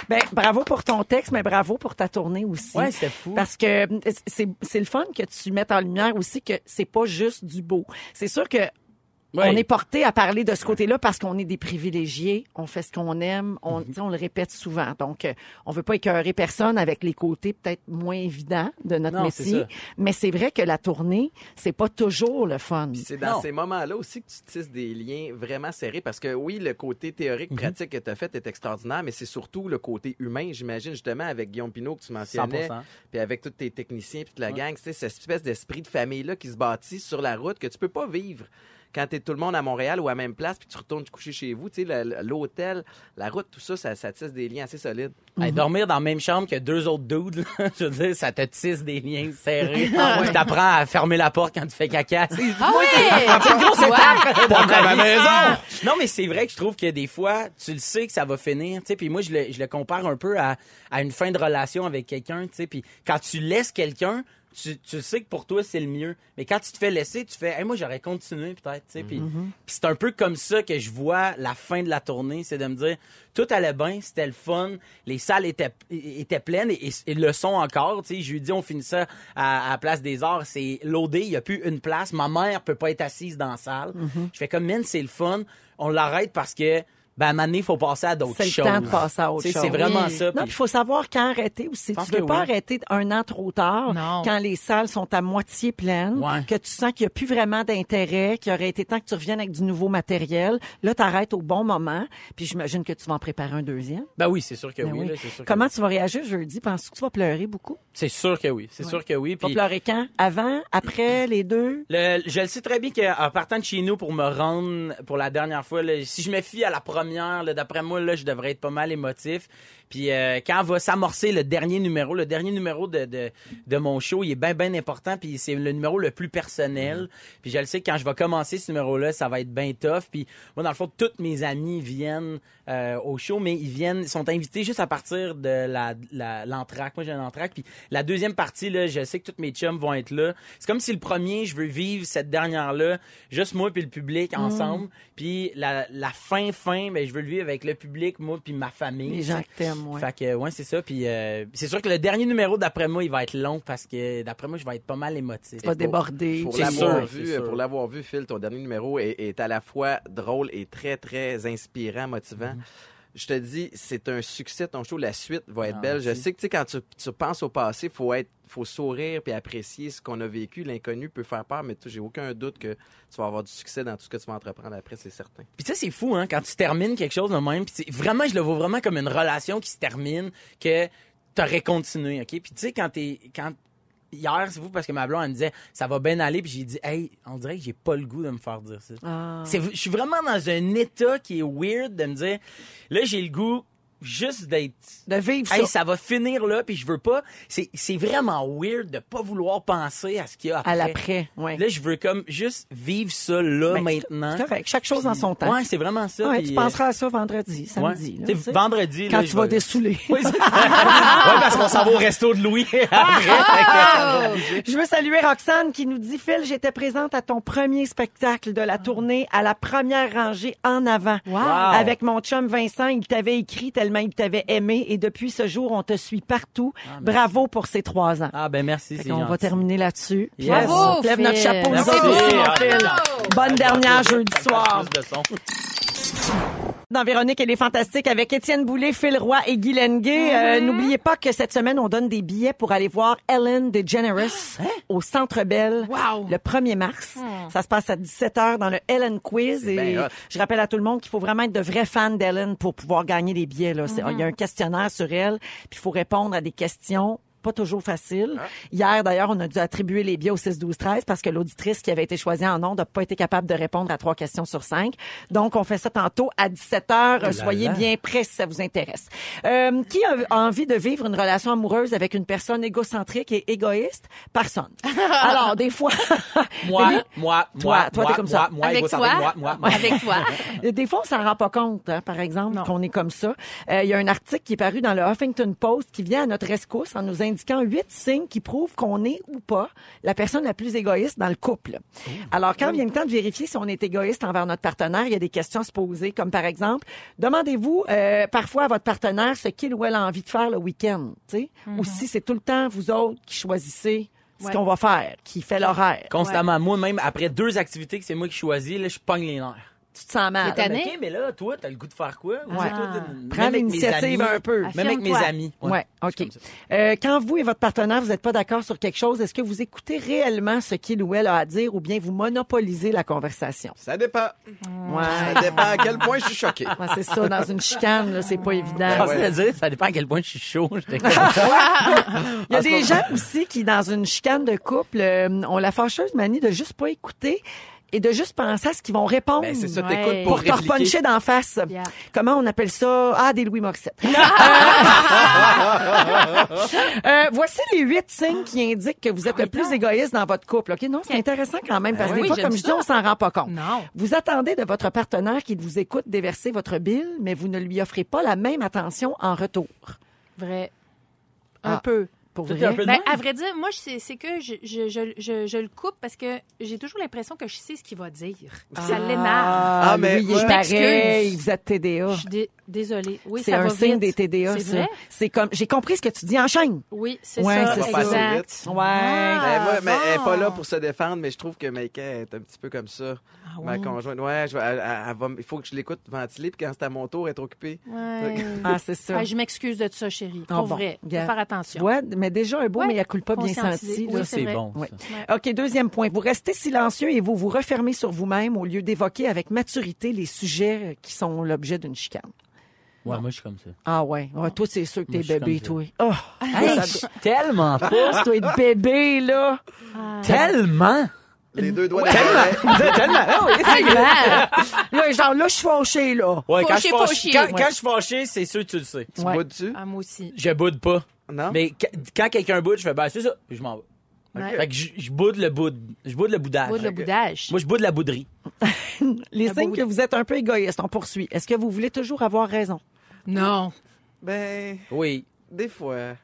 Ben, bravo pour ton texte, mais bravo pour ta tournée aussi. Ouais, c'est fou. Parce que euh, c'est c'est le fun que tu mettes en lumière aussi que c'est pas juste du beau. C'est sûr que Ouais. on est porté à parler de ce côté-là parce qu'on est des privilégiés, on fait ce qu'on aime, on, Mhm. tu sais, on le répète souvent. Donc, euh, on veut pas écœurer personne avec les côtés peut-être moins évidents de notre Non, c'est métier. ça. Mais c'est vrai que la tournée, c'est pas toujours le fun. Puis c'est dans Non. ces moments-là aussi que tu tisses des liens vraiment serrés parce que oui, le côté théorique, pratique que tu as fait est extraordinaire, mais c'est surtout le côté humain, j'imagine, justement, avec Guillaume Pinot que tu mentionnais, 100%. puis avec tous tes techniciens, puis toute la gang, tu sais, cette espèce d'esprit de famille-là qui se bâtit sur la route que tu peux pas vivre. Quand t'es tout le monde à Montréal ou à la même place, puis tu retournes te coucher chez vous, tu sais, la- la- l'hôtel, la route, tout ça, ça, ça tisse des liens assez solides. Hey, dormir dans la même chambre que deux autres dudes, là, je veux dire, ça te tisse des liens serrés. Tu t'apprends à fermer la porte quand tu fais caca. C'est Ah oui! Dans la maison. Non, mais c'est vrai que je trouve que des fois, tu le sais que ça va finir. tu sais, Puis moi, je le, je le compare un peu à, à une fin de relation avec quelqu'un. tu sais, Puis quand tu laisses quelqu'un, tu, tu sais que pour toi, c'est le mieux. Mais quand tu te fais laisser, tu fais, Hey, moi, j'aurais continué peut-être. tu sais. Puis puis c'est un peu comme ça que je vois la fin de la tournée. C'est de me dire, tout allait bien, c'était le fun, les salles étaient, étaient pleines et, et- et le sont encore. tu sais. Jeudi, on finissait à, à la Place des Arts, c'est loadé, il n'y a plus une place. Ma mère peut pas être assise dans la salle. Mm-hmm. Je fais comme, man, c'est le fun. On l'arrête parce que, ben, à un moment donné, il faut passer à d'autres C'est choses. le temps de passer à autre Tu sais, C'est chose. vraiment Oui. ça. Non, puis- il faut savoir quand arrêter aussi. pense Tu ne que peux pas oui. arrêter un an trop tard, Non. quand les salles sont à moitié pleines, Oh. Ouais. que tu sens qu'il n'y a plus vraiment d'intérêt, qu'il aurait été temps que tu reviennes avec du nouveau matériel. Là, tu arrêtes au bon moment, puis j'imagine que tu vas en préparer un deuxième. Ben oui, c'est sûr que Ben oui. oui. là, c'est sûr que Comment oui. tu vas réagir jeudi? Penses-tu que tu vas pleurer beaucoup? C'est sûr que oui. C'est sûr que oui. Tu vas puis- pleurer quand? Avant? Après? Les deux? Le- je le sais très bien qu'en partant de chez nous pour me rendre pour la dernière fois, là, si je me fie à la première, là, d'après moi, là, je devrais être pas mal émotif. Puis euh, quand va s'amorcer le dernier numéro, le dernier numéro de, de, de mon show, il est bien, bien important. Puis c'est le numéro le plus personnel. Mm-hmm. Puis je le sais que quand je vais commencer ce numéro-là, ça va être bien tough. Puis moi, dans le fond, tous mes amis viennent euh, au show, mais ils viennent, sont invités juste à partir de la, la- l'entracte. Moi, j'ai un entracte. Puis la deuxième partie, là, je sais que tous mes chums vont être là. C'est comme si le premier, je veux vivre cette dernière-là, juste moi puis le Mm. public ensemble. Puis la, la fin, fin, ben, je veux le vivre avec le public, moi puis ma famille. Les gens que t'aimes, ouais. Fait que, ouais, c'est ça. Puis euh, c'est sûr que le dernier numéro, d'après moi, il va être long parce que, d'après moi, je vais être pas mal émotif. Tu vas pour- déborder. Pour C'est l'avoir sûr, c'est vu, sûr. pour l'avoir vu, Phil, ton dernier numéro est, est à la fois drôle et très très inspirant, motivant. je te dis, c'est un succès, ton show. La suite va être Mm-hmm. Ah, belle. Je merci. sais que, tu sais, quand tu, tu penses au passé, faut être, faut sourire puis apprécier ce qu'on a vécu. L'inconnu peut faire peur, mais tu- j'ai aucun doute que tu vas avoir du succès dans tout ce que tu vas entreprendre après, c'est certain. Puis ça, c'est fou, hein, quand tu termines quelque chose de même. Puis c'est- vraiment, je le vois vraiment comme une relation qui se termine, que t'aurais continué, OK? Puis tu sais, quand t'es... Quand... Hier, c'est fou, parce que ma blonde, elle me disait « Ça va bien aller », puis j'ai dit « Hey, on dirait que j'ai pas le goût de me faire dire ça. Ah. C'est- Je suis vraiment dans un état qui est weird de me dire « Là, j'ai le goût juste d'être... » De vivre Hey, ça ça va finir là, puis je veux pas. C'est c'est vraiment weird de pas vouloir penser à ce qu'il y a après. à l'après. Ouais. Là, je veux comme juste vivre ça là, Ben, c'est- maintenant. C'est correct. Chaque chose en son temps. Ouais, c'est vraiment ça. Ouais, puis, tu euh, penseras à ça vendredi, ouais. samedi. là, T'sais, tu sais. vendredi. quand là, tu je vas vais- dessouler. Oui, c'est- Ouais, parce qu'on s'en va au resto de Louis après. Je veux saluer Roxane qui nous dit Phil, j'étais présente à ton premier spectacle de la tournée à la première rangée en avant. Wow. Avec mon chum Vincent, il t'avait écrit tellement il t'avait aimé et depuis ce jour, on te suit partout. Bravo pour ces trois ans. ah, ben merci. c'est on va Ah, gentil. terminer là-dessus. Puis Yes. on Bravo, lève Phil. notre chapeau. Merci. Nous autres aussi, mon Merci. Phil. Bonne dernière jeudi Ça soir. passe plus de son. Dans Véronique, elle est fantastique avec Étienne Boulay, Phil Roy et Guy Lenguet. Euh, N'oubliez pas que cette semaine, on donne des billets pour aller voir Ellen DeGeneres au Centre Bell Wow. le 1er mars. Ça se passe à 17h dans le Ellen Quiz. C'est Et bien hot. je rappelle à tout le monde qu'il faut vraiment être de vrais fans d'Ellen pour pouvoir gagner des billets. Là. C'est- Il y a un questionnaire sur elle, puis il faut répondre à des questions pas toujours faciles. Hier, d'ailleurs, on a dû attribuer les billets au 6-12-13 parce que l'auditrice qui avait été choisie en ondes n'a pas été capable de répondre à trois questions sur cinq. Donc, on fait ça tantôt à 17h. Soyez bien prêts si ça vous intéresse. Euh, qui a a envie de vivre une relation amoureuse avec une personne égocentrique et égoïste? Personne. Alors, des fois... Moi, Mais- moi, Toi, moi, toi, t'es moi, comme moi, ça. moi, Avec égocentrique, toi. moi, moi, moi. Avec toi. Euh, Des fois, on s'en rend pas compte, hein, par exemple, qu'on est comme ça. Euh, Il y a un article qui est paru dans le Huffington Post qui vient à notre rescousse en nous indiquant huit signes qui prouvent qu'on est ou pas la personne la plus égoïste dans le couple. Oh. Alors, quand vient le temps de vérifier si on est égoïste envers notre partenaire, il y a des questions à se poser, comme par exemple, demandez-vous euh, parfois à votre partenaire ce qu'il ou elle a envie de faire le week-end, tu sais, ou Mhm. si c'est tout le temps vous autres qui choisissez ce Ouais. qu'on va faire, qui fait l'horaire. Constamment, moi-même, après deux activités que c'est moi qui choisis, là, je pogne les nerfs. Tu te sens mal. T'es tanné? Ah, OK, mais là, toi, t'as le goût de faire quoi? Ou Ouais. toi, t'as- même Prends avec mes l'initiative amis. Ah, un peu. Même avec mes Affirme-toi. amis. Ouais, c'est OK. comme ça. Euh, quand vous et votre partenaire, vous n'êtes pas d'accord sur quelque chose, est-ce que vous écoutez réellement ce qu'il ou elle a à dire ou bien vous monopolisez la conversation? Ça dépend. Ouais. Ah. Ça dépend à quel point je suis choqué. Ouais, c'est ça, dans une chicane, là, c'est pas évident. Je pensais le dire, ça dépend à quel point je suis chaud. J'étais comme- Il y a des gens aussi qui, dans une chicane de couple, euh, ont la fâcheuse manie de juste pas écouter et de juste penser à ce qu'ils vont Oh, répondre. Ben, c'est ça, Ouais. t'écoutes pour pour te répliquer. repuncher d'en face. Yeah. Comment on appelle ça? Ah, des Louis Morissette. Euh, voici les huit signes qui indiquent que vous êtes le plus égoïste dans votre couple. OK? Non, c'est intéressant quand même parce que des Ben oui, fois, j'aime comme je dis, ça. on s'en rend pas compte. Non. Vous attendez de votre partenaire qu'il vous écoute déverser votre bile, mais vous ne lui offrez pas la même attention en retour. Vrai. Un Ah. peu. Pour Tout est vrai. un peu de Ben, même. à vrai dire, moi, je sais- c'est que je, je, je, je, je le coupe parce que j'ai toujours l'impression que je sais ce qu'il va dire. Ça l'énerve. Ah, Ah, mais lui, il est moi- pareil. Excuse. Vous êtes TDA. Je suis dé- désolée. Oui, c'est ça un va signe vite. des TDA, C'est ça. vrai? C'est comme, j'ai compris ce que tu dis, enchaîne. Oui, c'est Ouais, ça. c'est ça. exact. Ouais. Ben, moi, mais elle n'est pas là Ah. bon. pour se défendre, mais je trouve que Maïka est un petit peu comme ça. Ah Ma ouais. conjointe, ouais, je, vais- elle- elle- elle va m- il faut que je l'écoute ventiler, puis quand c'est à mon tour, elle est occupée. Ouais. Ah, c'est ça. Ah, je m'excuse de ça, chérie. Ah, Pour bon. vrai. Faut Regarde. faire attention. Ouais, mais déjà un beau, Ouais, mais il a coule pas bien conscientiser. senti. Oui, là. c'est c'est vrai. bon. Ouais. ça. OK, deuxième point. Vous restez silencieux et vous vous refermez sur vous-même au lieu d'évoquer avec maturité les sujets euh, qui sont l'objet d'une chicane. Ouais, moi, je suis comme ça. Ah ouais. Ouais, toi, c'est sûr que Moi, t'es je suis bébé, toi. comme Oh, Hey, je suis tellement pas. toi, toi, être bébé, là. Ah. Tellement. Les deux doigts derrière. tellement. Ah oui, c'est- Là, genre, là, je suis fâchée, là. Ouais, quand je Fauché, suis fâché, fauché. quand, Ouais. quand je suis fâché, c'est sûr que tu le sais. Tu Ouais. bois dessus? Ah, moi aussi. Je boude pas. Non? Mais qu- quand quelqu'un boude, je fais, ben, c'est ça, puis je m'en vais. Ouais. Fait que je, je boude le boude. Je boude le Ah, boudage. Bout de le boudage. Moi, je boude la bouderie. Les Ah, signes oui. que vous êtes un peu égoïste, on poursuit. Est-ce que vous voulez toujours avoir raison? Non. Ben, Oui. des fois.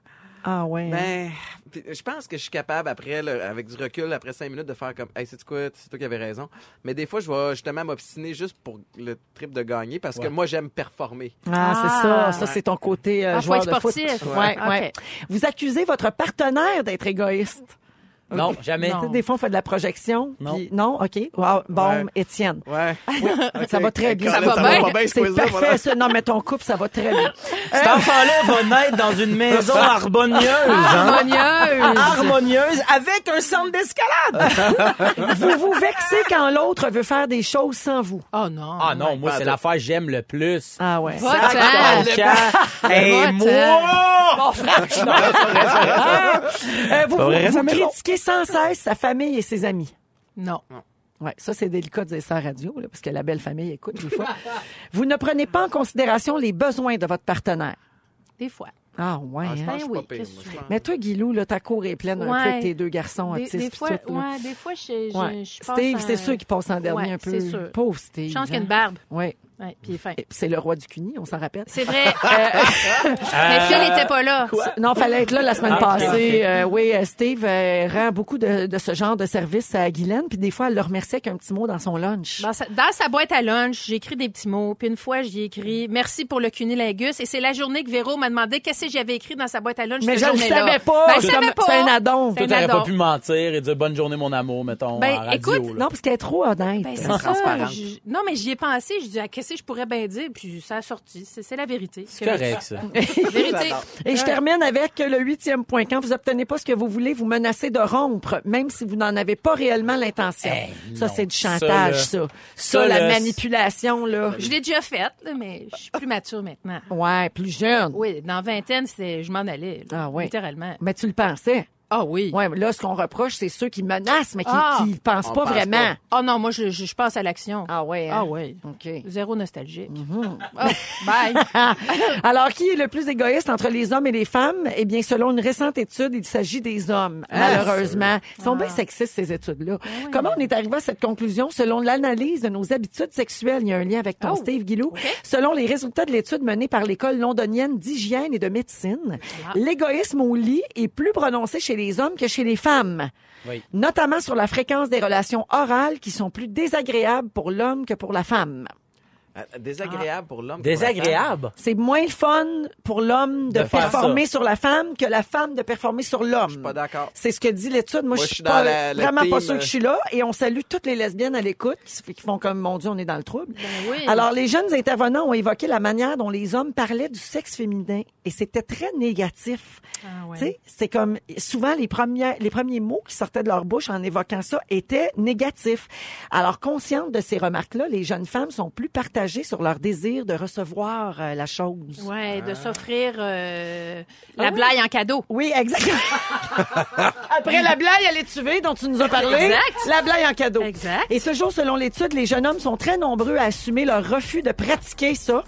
Ah ouais. Ben, puis je pense que je suis capable, après, là, avec du recul, après cinq minutes, de faire comme, hey, c'est quoi, c'est toi qui avais raison. Mais des fois, je vais justement m'obstiner juste pour le trip de gagner, parce que Ouais. moi, j'aime performer. Ah, c'est ça. Ah. Ça, c'est ton côté euh, Ah, faut joueur être de sportif. foot. Ouais. Ouais, ouais. Vous accusez votre partenaire d'être égoïste. Non, jamais. Non. Des fois, on fait de la projection. Non. puis- non? OK. Wow. Bon, Ouais. Étienne. Ouais. Ça va très bien. Ça va bien. pas bien, ce C'est quiz-là, parfait, voilà. ça. Non, mais ton couple, ça va très bien. Cet enfant-là va naître dans une maison harmonieuse. hein? Ah. Harmonieuse. Harmonieuse avec un centre d'escalade. vous vous vexez quand l'autre veut faire des choses sans vous. Oh non. Ah non, moi, c'est l'affaire que j'aime le plus. Ah ouais. Va-t'en. Caca. Et Va-t'en. moi! Mon frère, je Euh, vous Pas vous, vrai, vous ça, mais non. critiquez sans cesse sa famille et ses amis. Non. Ouais, ça, c'est délicat de dire ça à radio, là, parce que la belle famille écoute des fois. vous ne prenez pas en considération les besoins de votre partenaire. Des fois. Ah ouais. Ah, je hein. pense que je suis Ben pas oui, pire, qu'est-ce moi, je que tu veux? pense. Mais toi, Guilou, là, ta cour est pleine un Ouais. peu avec tes deux garçons Des, autistes. des pis fois, tout, là. ouais, des fois, je, je, Ouais. je pense Steve, à- c'est sûr qu'il passe en dernier Ouais, un peu. c'est sûr. Pauvre Steve. Je pense qu'il y a hein. une barbe. Ouais. Ouais, puis il est fin. Et puis C'est le roi du cuny, on s'en rappelle. C'est vrai. euh, Mais Phil Euh, n'était pas là. Non, fallait être là la semaine Ah, ok, passée. ok. Euh, oui, euh, Steve euh, rend beaucoup de, de ce genre de service à Guylaine, puis des fois, elle le remerciait avec un petit mot dans son lunch. Dans sa, dans sa boîte à lunch, j'ai écrit des petits mots. Puis une fois, j'y ai écrit Mm. Merci pour le cunilingus. Et c'est la journée que Véro m'a demandé qu'est-ce que j'avais écrit dans sa boîte à lunch. Mais cette je le journée-là. savais pas. Ben, je C'est savais comme- pas. c'est un addon. C'est Toi, un t'aurais addon. pas pu mentir et dire bonne journée, mon amour, mettons, Ben, en radio. écoute, là. Non, parce qu'elle est trop honnête. Ben, c'est Euh, ça. Je- Non, mais j'y ai pensé. Je dis, ah, qu'est-ce que je pourrais bien dire? Puis ça a sorti. C'est c'est la vérité. C'est correct, ça. La vérité. Et je termine avec le huitième point. Quand vous obtenez pas ce que vous voulez, vous menacez de rompre, même si vous n'en avez pas réellement l'intention. Hey, ça, non. c'est du Ça, chantage, là. ça. Ça, Ça, la là, manipulation, là. Je l'ai déjà faite, là, mais je suis plus mature maintenant. Ouais, plus jeune. Oui, dans vingtaine, c'est je m'en allais. là, Ah oui. Littéralement. Mais tu le pensais. Ah oui. Ouais, mais là, ce qu'on reproche, c'est ceux qui menacent, mais qui, Ah, qui pensent on pas pense vraiment. Oh non, moi, je, je, je passe à l'action. Ah ouais. Mm-hmm. hein? Ah oui. OK. Zéro nostalgique. Oh, bye. Ah. Alors, qui est le plus égoïste entre les hommes et les femmes? Eh bien, selon une récente étude, il s'agit des hommes, malheureusement. Ils sont bien sexistes, ces études-là. Comment on est arrivé à cette conclusion? Selon l'analyse de nos habitudes sexuelles, il y a un lien avec ton Oh. Steve Guilou. Selon les résultats de l'étude menée par l'École londonienne d'hygiène et de médecine, Ah. l'égoïsme au lit est plus prononcé chez les hommes que chez les femmes. Oui. Notamment sur la fréquence des relations orales qui sont plus désagréables pour l'homme que pour la femme. Euh, Désagréable pour l'homme. que pour la femme. Désagréable. C'est moins le fun pour l'homme de, De faire performer sur la femme que la femme de performer sur l'homme. Je suis pas d'accord. C'est ce que dit l'étude. Moi, Moi, je suis je suis pas- dans la- le vraiment pas team, sûre que je suis là. Et on salue toutes les lesbiennes à l'écoute qui, se- qui font comme, mon Dieu, on est dans le trouble. Ben oui. Alors, les jeunes intervenants ont évoqué la manière dont les hommes parlaient du sexe féminin. Et c'était très négatif. Ah ouais. Tu sais, C'est comme souvent les premiers, les premiers mots qui sortaient de leur bouche en évoquant ça étaient négatifs. Alors, conscientes de ces remarques-là, les jeunes femmes sont plus partagées sur leur désir de recevoir euh, la chose. Ouais, de s'offrir euh, la blague en cadeau. Oui, exactement. Après la blague à l'étuvée dont tu nous as parlé, Exact. la blague en cadeau. Exact. Et toujours selon l'étude, les jeunes hommes sont très nombreux à assumer leur refus de pratiquer ça,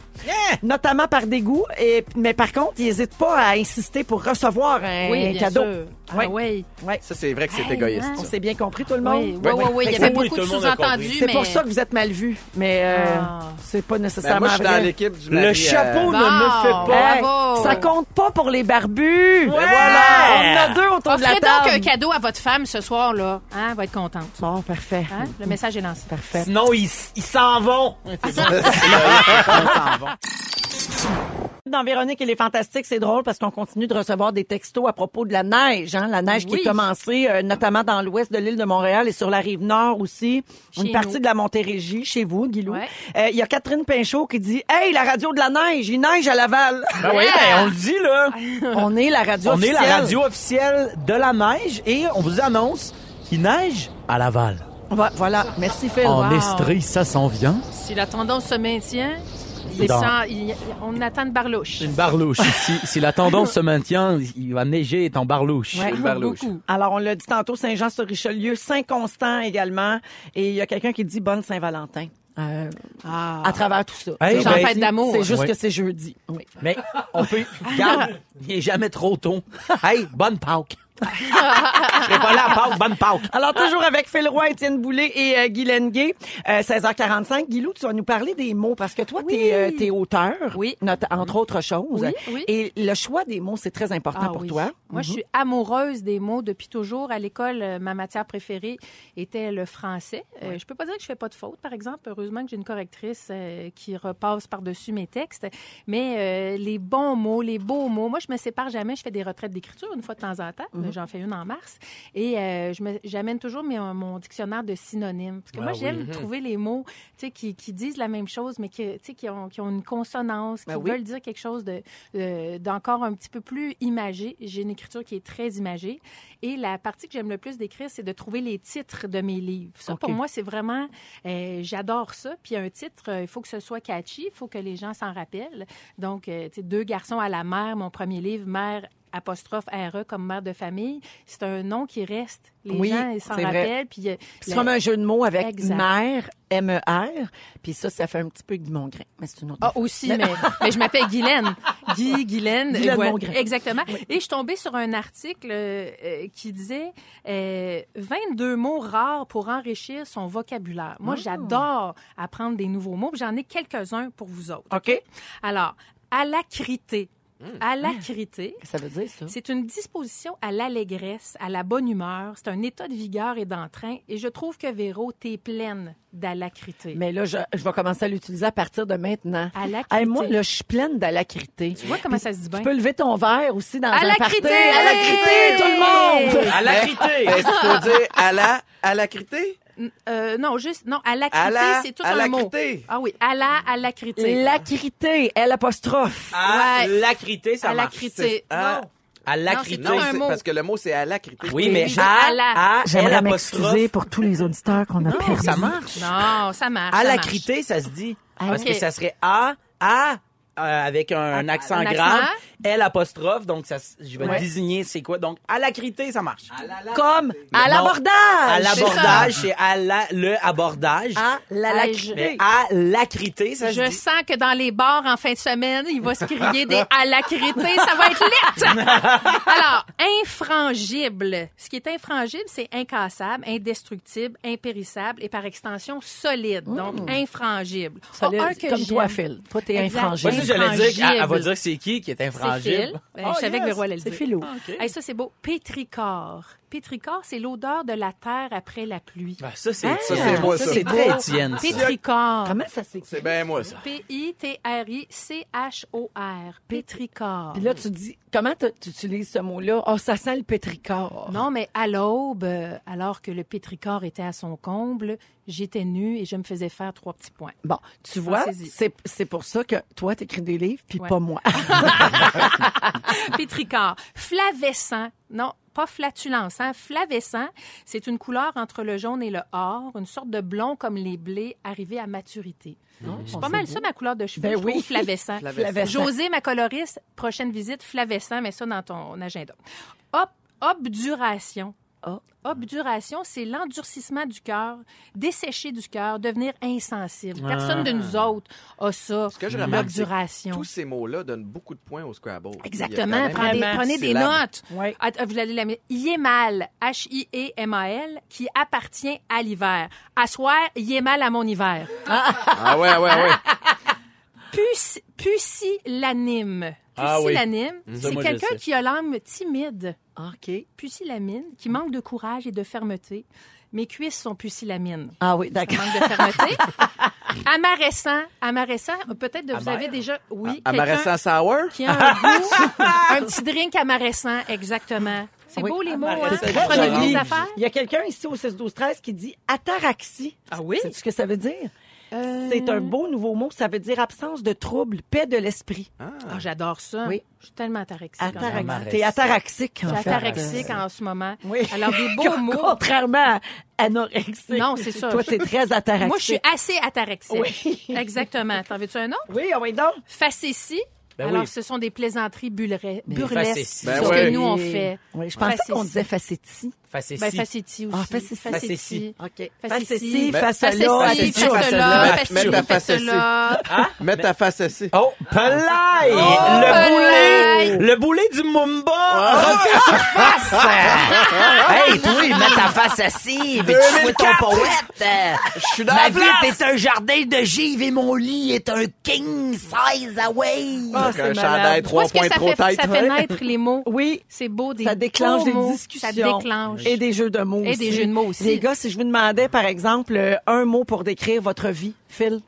notamment par dégoût. Et, mais par contre, ils n'hésitent pas à insister pour recevoir un, Oui, un bien cadeau. sûr. Ah Oui. oui. Ça, c'est vrai que c'est Hey, égoïste. hein. On ça. s'est bien compris tout le monde. Oui, oui, oui, oui. Il y Oui, avait oui, beaucoup tout de le monde a compris. sous-entendus, C'est mais... pour ça que vous êtes mal vu, mais euh, Ah. c'est pas Ben, nécessairement moi, je suis vrai. dans l'équipe du Le mari, chapeau euh, ne me fait pas. Hey, Bravo. ça compte pas pour les barbus. voilà. On en a deux autour Offrez de la donc euh, table. un cadeau à votre femme ce soir, là. Hein, elle va être contente. Bon, parfait. Hein? Le message est lancé. Parfait. Sinon, ils ils s'en vont. Dans Véronique et les Fantastiques, c'est drôle parce qu'on continue de recevoir des textos à propos de la neige. Hein? La neige qui Oui. est commencée euh, notamment dans l'ouest de l'île de Montréal et sur la rive nord aussi. Chez Une partie nous. de la Montérégie, chez vous, Guilou. Euh, Ouais. Il y a Catherine Pinchot qui dit « Hey, la radio de la neige, il neige à Laval! Ben oui, Ah. ben, on le dit, là. » On est la radio On est officielle. la radio officielle de la neige et on vous annonce qu'il neige à Laval. Ouais, voilà. Merci, Phil. En wow. Estrie, ça s'en vient. Si la tendance se maintient, c'est Dans- sans- il- on attend de barlouche. C'est une barlouche. si, si la tendance se maintient, il va neiger et en barlouche. Ouais. une barlouche. Beaucoup. Alors, on l'a dit tantôt, Saint-Jean-sur-Richelieu, Saint-Constant également. Et il y a quelqu'un qui dit bonne Saint-Valentin. Euh, Ah. à travers tout ça. Hey, C'est ben, gentil, fête d'amour. C'est juste Ouais. que c'est jeudi. Oui. Mais on peut. Regarde, il n'est jamais trop tôt. Hey, bonne Pâques. Je serai pas là à Pâques, bonne Pâques. Alors, toujours avec Phil Roy, Étienne Boulay et euh, Guy Lenguet, euh, 16h45. Guilou, tu vas nous parler des mots parce que toi, Oui. t'es, euh, t'es auteur, Oui. not- entre autres choses. Oui, oui. Et le choix des mots, c'est très important Ah pour oui. toi. Moi, je suis amoureuse des mots depuis toujours. À l'école, euh, ma matière préférée était le français. Euh, Je peux pas dire que je fais pas de faute, par exemple. Heureusement que j'ai une correctrice euh, qui repasse par-dessus mes textes. Mais euh, les bons mots, les beaux mots, moi, je me sépare jamais. Je fais des retraites d'écriture une fois de temps en temps. J'en fais une en mars. Et euh, je me- j'amène toujours mes- mon dictionnaire de synonymes. Parce que Ah moi, oui. j'aime trouver les mots tu sais, qui, qui disent la même chose, mais qui, tu sais, qui, ont, qui ont une consonance, qui Ben oui. veulent dire quelque chose de- de- euh, d'encore un petit peu plus imagé. J'ai une écriture qui est très imagée. Et la partie que j'aime le plus d'écrire, c'est de trouver les titres de mes livres. Ça, OK. pour moi, c'est vraiment... euh, J'adore ça. Puis un titre, euh, il faut que ce soit catchy, il faut que les gens s'en rappellent. Donc, euh, tu sais, Deux garçons à la mer, mon premier livre, Mère apostrophe RE comme mère de famille, c'est un nom qui reste. Les Oui, gens, ils s'en c'est vrai. rappellent. Puis, euh, Puis C'est la- comme un jeu de mots avec Exact. mère, M-E-R. Puis ça, ça fait un petit peu Guy grain. Mais c'est une autre. Ah, aussi, mais, mais je m'appelle Guylaine. Guy, Guylaine. Guylaine euh, voilà. Mongrain. Exactement. Et je suis tombée sur un article euh, euh, qui disait euh, 22 mots rares pour enrichir son vocabulaire. Oh. Moi, j'adore apprendre des nouveaux mots. puis J'en ai quelques-uns pour vous autres. OK. Alors, alacrité. Hmm. Alacrité. Ça veut dire ça. C'est une disposition à l'allégresse, à la bonne humeur. C'est un état de vigueur et d'entrain. Et je trouve que Véro, t'es pleine d'alacrité. Mais là, je, je vais commencer à l'utiliser à partir de maintenant. Alacrité. Hey, moi, là, je suis pleine d'alacrité. Tu vois comment ça se dit bien? Tu peux lever ton verre aussi dans un party. Alacrité! Alacrité, tout le monde! À l'acrité! Est-ce qu'il faut dire à la, à la crité? N- euh, non, juste, non, à À la, c'est tout à un la mot. crité? Ah oui, à la, à l'acrité. L'acrité, L apostrophe. Ah, À Ouais. l'acrité, ça à marche. hein? l'acrité. Ah. Non. À Non, l'acrité. Non, un c'est- mot. parce que le mot, c'est à la crité. Oui, mais Oui, à, à la- à, J'aimerais elle m'excuser apostrophe. pour tous les auditeurs qu'on a perdus. ça marche. Non, Ah, ça marche. À ça l'acrité, ça se dit. Parce ok. Ah, que ça serait à, à, euh, avec un, un accent un accent. grave, elle apostrophe, donc ça, s- je vais Ouais. désigner c'est quoi. Donc, à l'acrité, ça marche. Comme à Non, l'abordage! À Ah, ça. l'abordage, c'est à la- le abordage. À Ah, Mais l'alacrité. à l'acrité, ça marche. se Je dit. sens que dans les bars en fin de semaine, il va se crier des à l'acrité, ça va être lit. Alors, infrangible. Ce qui est infrangible, c'est incassable, indestructible, impérissable et par extension solide. Donc, infrangible. Mmh. Solide, Oh, un que comme toi, j'aime. Phil. Toi, t'es Exact. Moi, infrangible. si j'allais dire, qu'elle- elle va Infrangible. dire que c'est qui qui est C'est infrangible. Phil. Ben, je savais que Véro allait le Oh, C'est dire. Philou. Ah. Ah, Hey, ça, c'est beau. Pétricor. Pétricor, c'est l'odeur de la terre après la pluie. Ah, ça, c'est ça, c'est moi, ça. c'est très Étienne, ça. Pétricor. Ah. Comment ça s'écrit? C'est bien moi, ça. P-I-T-R-I-C-H-O-R. Pétricor. Puis là, tu dis, comment t- tu utilises ce mot-là? Oh, ça sent le pétricor. Non, mais à l'aube, euh, alors que le pétricor était à son comble, j'étais nue et je me faisais faire trois petits points. Bon, tu vois, Pensez-y. c'est c'est pour ça que toi, t'écris des livres, puis Ouais. pas moi. Pétricor. Flavescent. Non, pas flatulence. Hein? Flavescent, c'est une couleur entre le jaune et le or, une sorte de blond comme les blés arrivés à maturité. C'est pas mal ça, ma couleur de cheveux. Ben je trouve, oui. Flavescent. Flavescent. José, ma coloriste, prochaine visite, Flavescent, mets ça dans ton agenda. Ob- obduration. Ah. Obduration, c'est l'endurcissement du cœur, dessécher du cœur, devenir insensible. Ah. Personne de nous autres a ça. Ce que je remarque, c'est que L'obduration. Tous ces mots-là donnent beaucoup de points au Scrabble. Il y Exactement. a quand Prenez, même- Vraiment. prenez des Syllabe. notes. Ouais. Ah, Vous l'avez la Yémal, E H-I-E-M-A-L, qui appartient à l'hiver. À soir, Yémal à mon hiver. Ah ouais, ouais, ouais. Puc- Pusillanime. Ah oui. Pusillanime, Ça, c'est moi, je quelqu'un sais. qui a l'âme timide, OK. pusillamine, qui manque de courage et de fermeté. Mes cuisses sont pusillamines. Ah oui, Ça d'accord. manque de fermeté. amaressant, amaressant, peut-être que vous avez déjà... Oui, Ah, quelqu'un- Amaressant sour? qui a un goût, un petit drink amaressant, exactement. C'est Oui. beau les mots, hein? C'est Vous très prenez joli. des affaires? Il y a quelqu'un ici au 16-12-13 qui dit ataraxie. Ah oui? Sais-tu ce que ça veut dire? Euh, C'est un beau nouveau mot. Ça veut dire absence de trouble, paix de l'esprit. ah, J'adore ça. Oui. Je suis tellement ataraxique. en ce moment. Ataraxique. T'es ataraxique, en Je suis fait. ataraxique en ce moment. Oui. Alors, des beaux mots. Contrairement à anorexique. Non, c'est ça. Toi, t'es très ataraxique. Moi, je suis assez ataraxique. Oui. Exactement. T'en veux-tu un autre? Oui, on va donc. Facétie. Ben Alors, oui. ce sont des plaisanteries bulera- burlesques. facéties. C'est Ben ce oui. que nous, on fait. Oui, je pensais Facétie. qu'on disait facétie. Facétie. Ben, facétie aussi. Ah, facétie. Facétie. OK. Facétie. Facétie, Ben, facela, Facétie, c'est ça. Mets- facela, mets ta facétie, facétie. facela. Mets ta face ici. Oh, Pelay! Oh, Pelay! le boulet! Le boulet du Mumba! Ah. Refait surface! Ah. hey, toi, mets ta face assise! Mais tu joues ton poète! Je suis dans Ma la vie place! est un jardin de givre et mon lit est un king size away! Ah, Avec c'est un malade. chandail Je pense trois que points ça trop fait, tête. ça fait naître les mots. Oui. C'est beau, des ça déclenche beaux des mots. discussions. Ça déclenche. Et des jeux de mots Et aussi. des jeux de mots aussi. Les gars, si je vous demandais, par exemple, euh, un mot pour décrire votre vie, Phil. euh,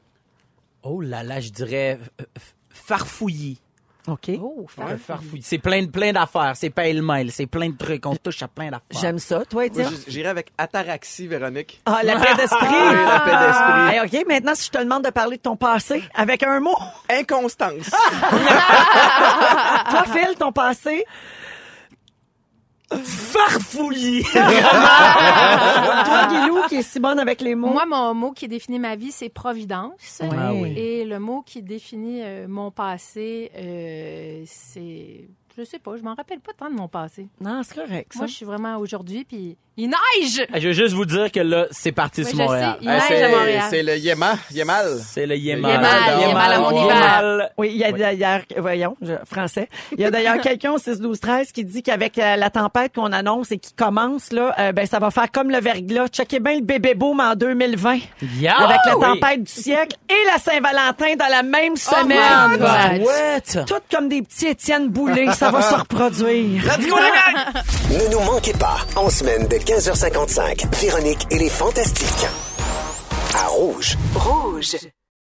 Oh là là, je dirais euh, f- farfouillis. OK. Oh, Le farfouille. C'est plein, de- plein d'affaires. C'est pêle-mêle. C'est plein de trucs. On touche à plein d'affaires. J'aime ça. Toi, Moi, Étienne? j- J'irai avec ataraxie, Véronique. Ah, la paix d'esprit. Oui, la paix Ah. d'esprit. Hey, OK, maintenant, si je te demande de parler de ton passé avec un mot, Inconstance. toi, Phil, ton passé, Farfouillis! toi, Guilou, qui est si bonne avec les mots. Moi, mon mot qui définit ma vie, c'est providence. Ouais. Ah oui. Et le mot qui définit euh, mon passé, euh, c'est... Je sais pas, je m'en rappelle pas tant de mon passé. Non, c'est correct. ça. Moi, je suis vraiment aujourd'hui, puis il neige! Ah, Je veux juste vous dire que là, c'est parti Oui, sur je Montréal. sais, il- Ouais, j'aime Montréal. Ah, c'est le Yéma, Yémal. C'est le Yémal, Yémal. Yémal, Yémal à Yémal, mon hiver. Yémal. Oui, il y a d'ailleurs, voyons, je- français. Il y a d'ailleurs quelqu'un au 6 12 13 qui dit qu'avec euh, la tempête qu'on annonce et qui commence là, euh, ben ça va faire comme le verglas. Checkez bien le bébé boom en 2020 Ah, Yeah. avec la Oui. tempête du siècle et la Saint-Valentin dans la même Oh my Ah, semaine. God. ben, What? Tout comme des petits Étienne Boulay, ça va se reproduire. Ne nous manquez pas, en semaine de 15h55, Véronique et les Fantastiques. À Rouge. Rouge.